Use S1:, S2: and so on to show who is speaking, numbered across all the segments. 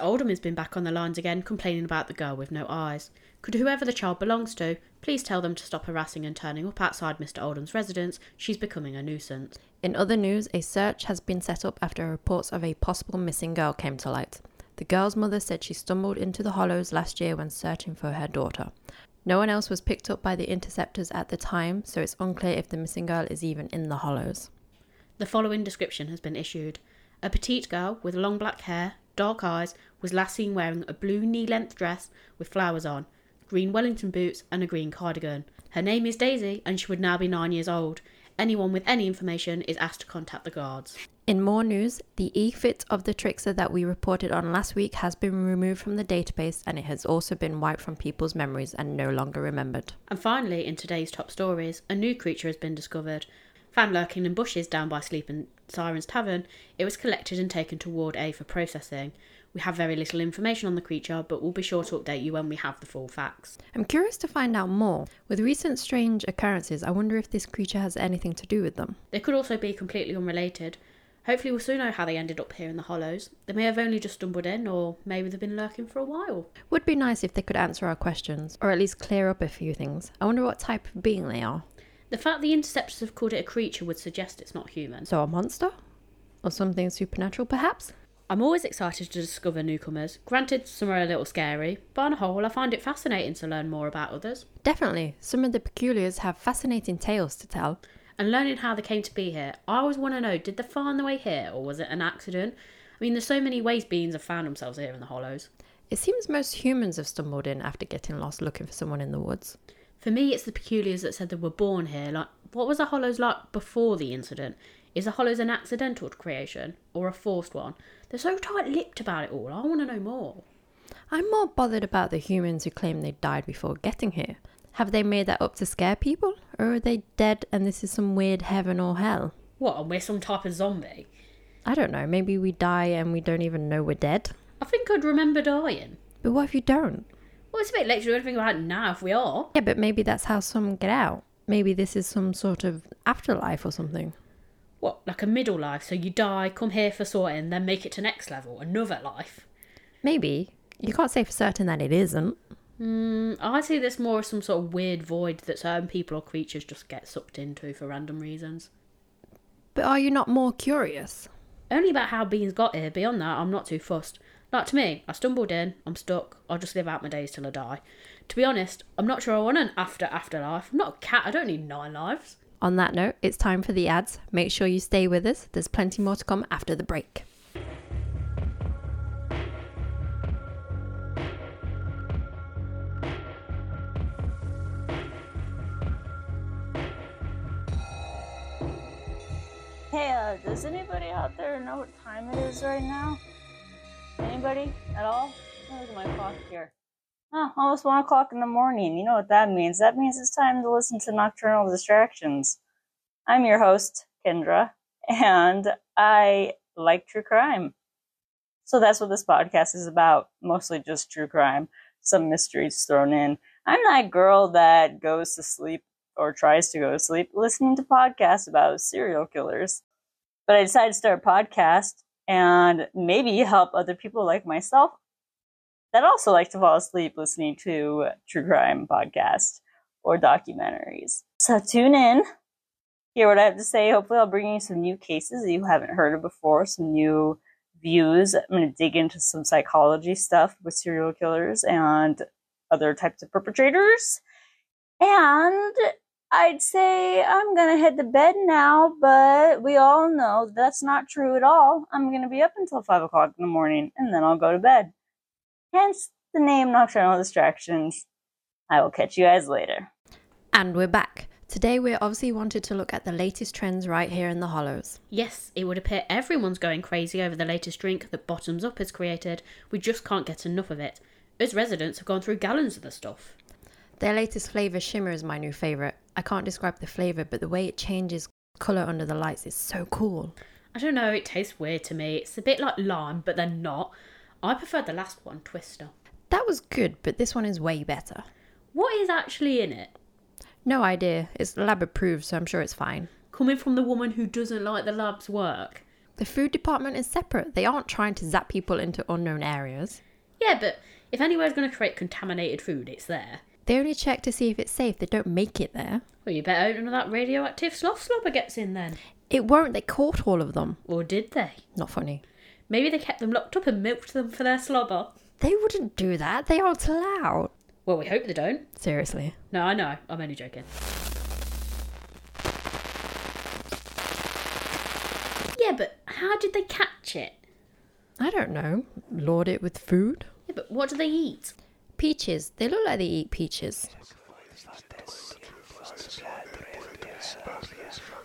S1: Oldham has been back on the lines again, complaining about the girl with no eyes. Could whoever the child belongs to please tell them to stop harassing and turning up outside Mr. Oldham's residence? She's becoming a nuisance.
S2: In other news, a search has been set up after reports of a possible missing girl came to light. The girl's mother said she stumbled into the hollows last year when searching for her daughter. No one else was picked up by the interceptors at the time, so it's unclear if the missing girl is even in the hollows.
S1: The following description has been issued A petite girl with long black hair, dark eyes, was last seen wearing a blue knee length dress with flowers on, green Wellington boots, and a green cardigan. Her name is Daisy, and she would now be nine years old. Anyone with any information is asked to contact the guards.
S2: In more news, the e-fit of the trickster that we reported on last week has been removed from the database and it has also been wiped from people's memories and no longer remembered.
S1: And finally, in today's top stories, a new creature has been discovered. Found lurking in bushes down by Sleeping Sirens Tavern, it was collected and taken to Ward A for processing. We have very little information on the creature, but we'll be sure to update you when we have the full facts.
S2: I'm curious to find out more. With recent strange occurrences, I wonder if this creature has anything to do with them.
S1: They could also be completely unrelated. Hopefully, we'll soon know how they ended up here in the hollows. They may have only just stumbled in, or maybe they've been lurking for a while.
S2: Would be nice if they could answer our questions, or at least clear up a few things. I wonder what type of being they are.
S1: The fact the interceptors have called it a creature would suggest it's not human.
S2: So, a monster? Or something supernatural, perhaps?
S1: I'm always excited to discover newcomers. Granted, some are a little scary, but on a whole, I find it fascinating to learn more about others.
S2: Definitely, some of the peculiars have fascinating tales to tell.
S1: And learning how they came to be here, I always want to know did they find their way here, or was it an accident? I mean, there's so many ways beings have found themselves here in the hollows.
S2: It seems most humans have stumbled in after getting lost looking for someone in the woods.
S1: For me, it's the peculiars that said they were born here. Like, what was the hollows like before the incident? Is the hollows an accidental creation or a forced one? They're so tight lipped about it all. I want to know more.
S2: I'm more bothered about the humans who claim they died before getting here. Have they made that up to scare people? Or are they dead and this is some weird heaven or hell?
S1: What, and we're some type of zombie?
S2: I don't know, maybe we die and we don't even know we're dead.
S1: I think I'd remember dying.
S2: But what if you don't?
S1: Well, it's a bit late to do anything about it now if we are.
S2: Yeah, but maybe that's how some get out. Maybe this is some sort of afterlife or something.
S1: What, like a middle life? So you die, come here for sorting, then make it to next level, another life.
S2: Maybe. You can't say for certain that it isn't.
S1: Mm, I see this more as some sort of weird void that certain people or creatures just get sucked into for random reasons.
S2: But are you not more curious?
S1: Only about how beings got here, beyond that, I'm not too fussed. Like to me, I stumbled in, I'm stuck, I'll just live out my days till I die. To be honest, I'm not sure I want an after afterlife. I'm not a cat, I don't need nine lives.
S2: On that note, it's time for the ads. Make sure you stay with us, there's plenty more to come after the break.
S3: Hey, uh, does anybody out there know what time it is right now? Anybody at all? Let me Look at my clock here. Oh, almost one o'clock in the morning. You know what that means? That means it's time to listen to Nocturnal Distractions. I'm your host, Kendra, and I like true crime. So that's what this podcast is about. Mostly just true crime, some mysteries thrown in. I'm that girl that goes to sleep or tries to go to sleep listening to podcasts about serial killers. But I decided to start a podcast and maybe help other people like myself that also like to fall asleep listening to true crime podcasts or documentaries. So tune in, hear what I have to say. Hopefully, I'll bring you some new cases that you haven't heard of before, some new views. I'm going to dig into some psychology stuff with serial killers and other types of perpetrators. And I'd say I'm gonna head to bed now, but we all know that's not true at all. I'm gonna be up until five o'clock in the morning and then I'll go to bed. Hence the name Nocturnal Distractions. I will catch you guys later.
S2: And we're back. Today, we obviously wanted to look at the latest trends right here in the Hollows.
S1: Yes, it would appear everyone's going crazy over the latest drink that Bottoms Up has created. We just can't get enough of it. Us residents have gone through gallons of the stuff.
S2: Their latest flavour Shimmer is my new favourite. I can't describe the flavour, but the way it changes colour under the lights is so cool.
S1: I don't know, it tastes weird to me. It's a bit like lime, but then not. I preferred the last one, Twister.
S2: That was good, but this one is way better.
S1: What is actually in it?
S2: No idea. It's lab approved, so I'm sure it's fine.
S1: Coming from the woman who doesn't like the lab's work.
S2: The food department is separate. They aren't trying to zap people into unknown areas.
S1: Yeah, but if anywhere's going to create contaminated food, it's there.
S2: They only check to see if it's safe. They don't make it there.
S1: Well, you better hope none of that radioactive sloth slobber gets in then.
S2: It won't. They caught all of them.
S1: Or did they?
S2: Not funny.
S1: Maybe they kept them locked up and milked them for their slobber.
S2: They wouldn't do that. They aren't allowed.
S1: Well, we hope they don't.
S2: Seriously.
S1: No, I know. I'm only joking. Yeah, but how did they catch it?
S2: I don't know. Lord it with food?
S1: Yeah, but what do they eat?
S2: Peaches. They look like they eat peaches.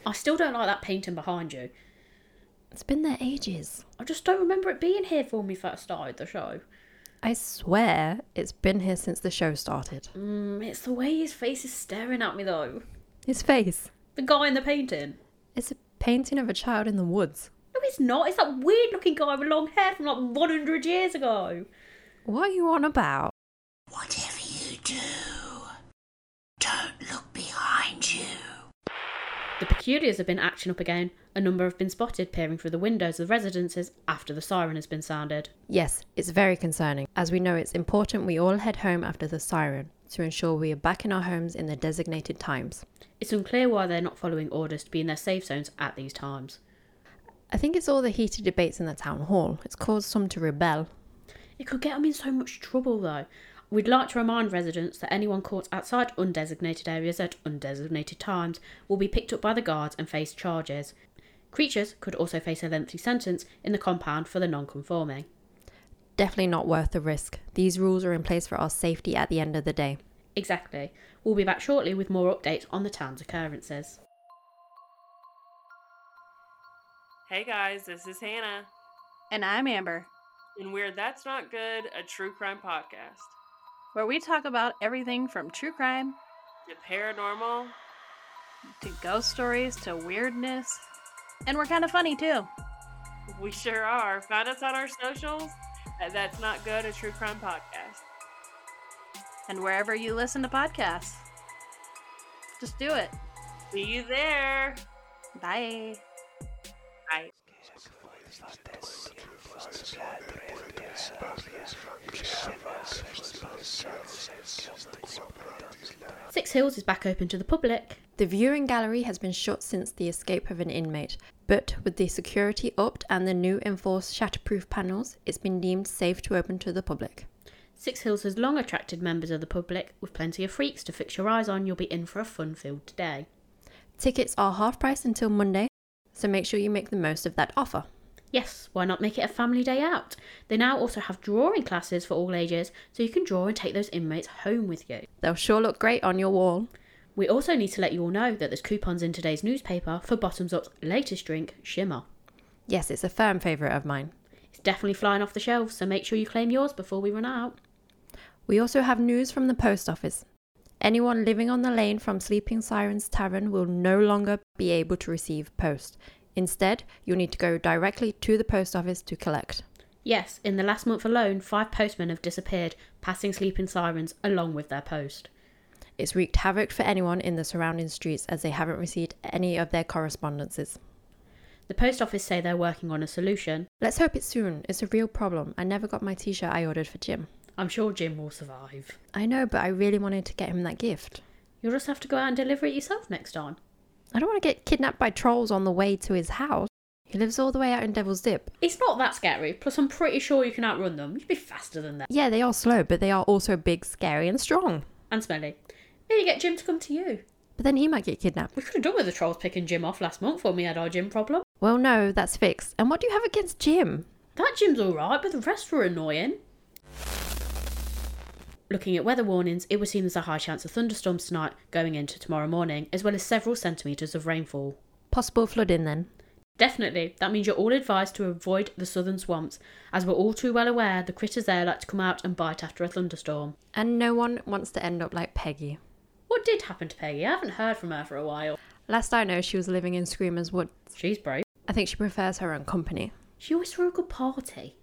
S1: I still don't like that painting behind you.
S2: It's been there ages.
S1: I just don't remember it being here for me first started the show.
S2: I swear it's been here since the show started.
S1: Mm, it's the way his face is staring at me though.
S2: His face.
S1: The guy in the painting.
S2: It's a painting of a child in the woods.
S1: No, it's not. It's that weird looking guy with long hair from like 100 years ago.
S2: What are you on about?
S4: Whatever you do, don't look behind you.
S1: The peculiars have been acting up again. A number have been spotted peering through the windows of the residences after the siren has been sounded.
S2: Yes, it's very concerning. As we know, it's important we all head home after the siren to ensure we are back in our homes in the designated times.
S1: It's unclear why they're not following orders to be in their safe zones at these times.
S2: I think it's all the heated debates in the town hall. It's caused some to rebel.
S1: It could get them in so much trouble though. We'd like to remind residents that anyone caught outside undesignated areas at undesignated times will be picked up by the guards and face charges. Creatures could also face a lengthy sentence in the compound for the non conforming.
S2: Definitely not worth the risk. These rules are in place for our safety at the end of the day.
S1: Exactly. We'll be back shortly with more updates on the town's occurrences.
S5: Hey guys, this is Hannah,
S6: And I'm Amber,
S5: and we're That's Not Good, a true crime podcast.
S6: where we talk about everything from true crime
S5: The paranormal,
S6: to ghost stories to weirdness. And we're kind of funny too.
S5: we sure are. Find us on our socials at That's Not Good, a true crime podcast.
S6: And wherever you listen to podcasts, just do it.
S5: See you there.
S6: Bye.
S5: Bye.
S1: Six Hills is back open to the public.
S2: The viewing gallery has been shut since the escape of an inmate, but with the security upped and the new enforced shatterproof panels, it's been deemed safe to open to the public.
S1: Six Hills has long attracted members of the public with plenty of freaks to fix your eyes on. You'll be in for a fun filled day.
S2: Tickets are half price until Monday, so make sure you make the most of that offer.
S1: Yes, why not make it a family day out? They now also have drawing classes for all ages, so you can draw and take those inmates home with you.
S2: They'll sure look great on your wall.
S1: We also need to let you all know that there's coupons in today's newspaper for Bottoms Up's latest drink, Shimmer.
S2: Yes, it's a firm favourite of mine.
S1: It's definitely flying off the shelves, so make sure you claim yours before we run out.
S2: We also have news from the post office. Anyone living on the lane from Sleeping Sirens Tavern will no longer be able to receive post. Instead, you'll need to go directly to the post office to collect.
S1: Yes, in the last month alone, five postmen have disappeared, passing sleeping sirens along with their post.
S2: It's wreaked havoc for anyone in the surrounding streets as they haven't received any of their correspondences.
S1: The post office say they're working on a solution.
S2: Let's hope it's soon. It's a real problem. I never got my t shirt I ordered for Jim.
S1: I'm sure Jim will survive.
S2: I know, but I really wanted to get him that gift.
S1: You'll just have to go out and deliver it yourself next time.
S2: I don't want to get kidnapped by trolls on the way to his house. He lives all the way out in Devil's Dip.
S1: It's not that scary, plus I'm pretty sure you can outrun them. You'd be faster than them.
S2: Yeah, they are slow, but they are also big, scary, and strong.
S1: And smelly. Maybe get Jim to come to you.
S2: But then he might get kidnapped.
S1: We could have done with the trolls picking Jim off last month when we had our Jim problem.
S2: Well, no, that's fixed. And what do you have against Jim?
S1: That Jim's alright, but the rest were annoying. Looking at weather warnings, it would seem there's a high chance of thunderstorms tonight going into tomorrow morning, as well as several centimetres of rainfall.
S2: Possible flooding then.
S1: Definitely, that means you're all advised to avoid the southern swamps, as we're all too well aware the critters there like to come out and bite after a thunderstorm.
S2: And no one wants to end up like Peggy.
S1: What did happen to Peggy? I haven't heard from her for a while.
S2: Last I know, she was living in Screamer's Wood.
S1: She's broke.
S2: I think she prefers her own company.
S1: She always threw a good party.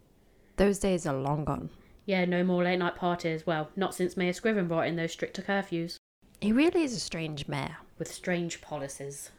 S2: Those days are long gone.
S1: Yeah, no more late night parties. Well, not since Mayor Scriven brought in those stricter curfews
S2: He really is a strange mayor.
S1: Mm. with strange policies.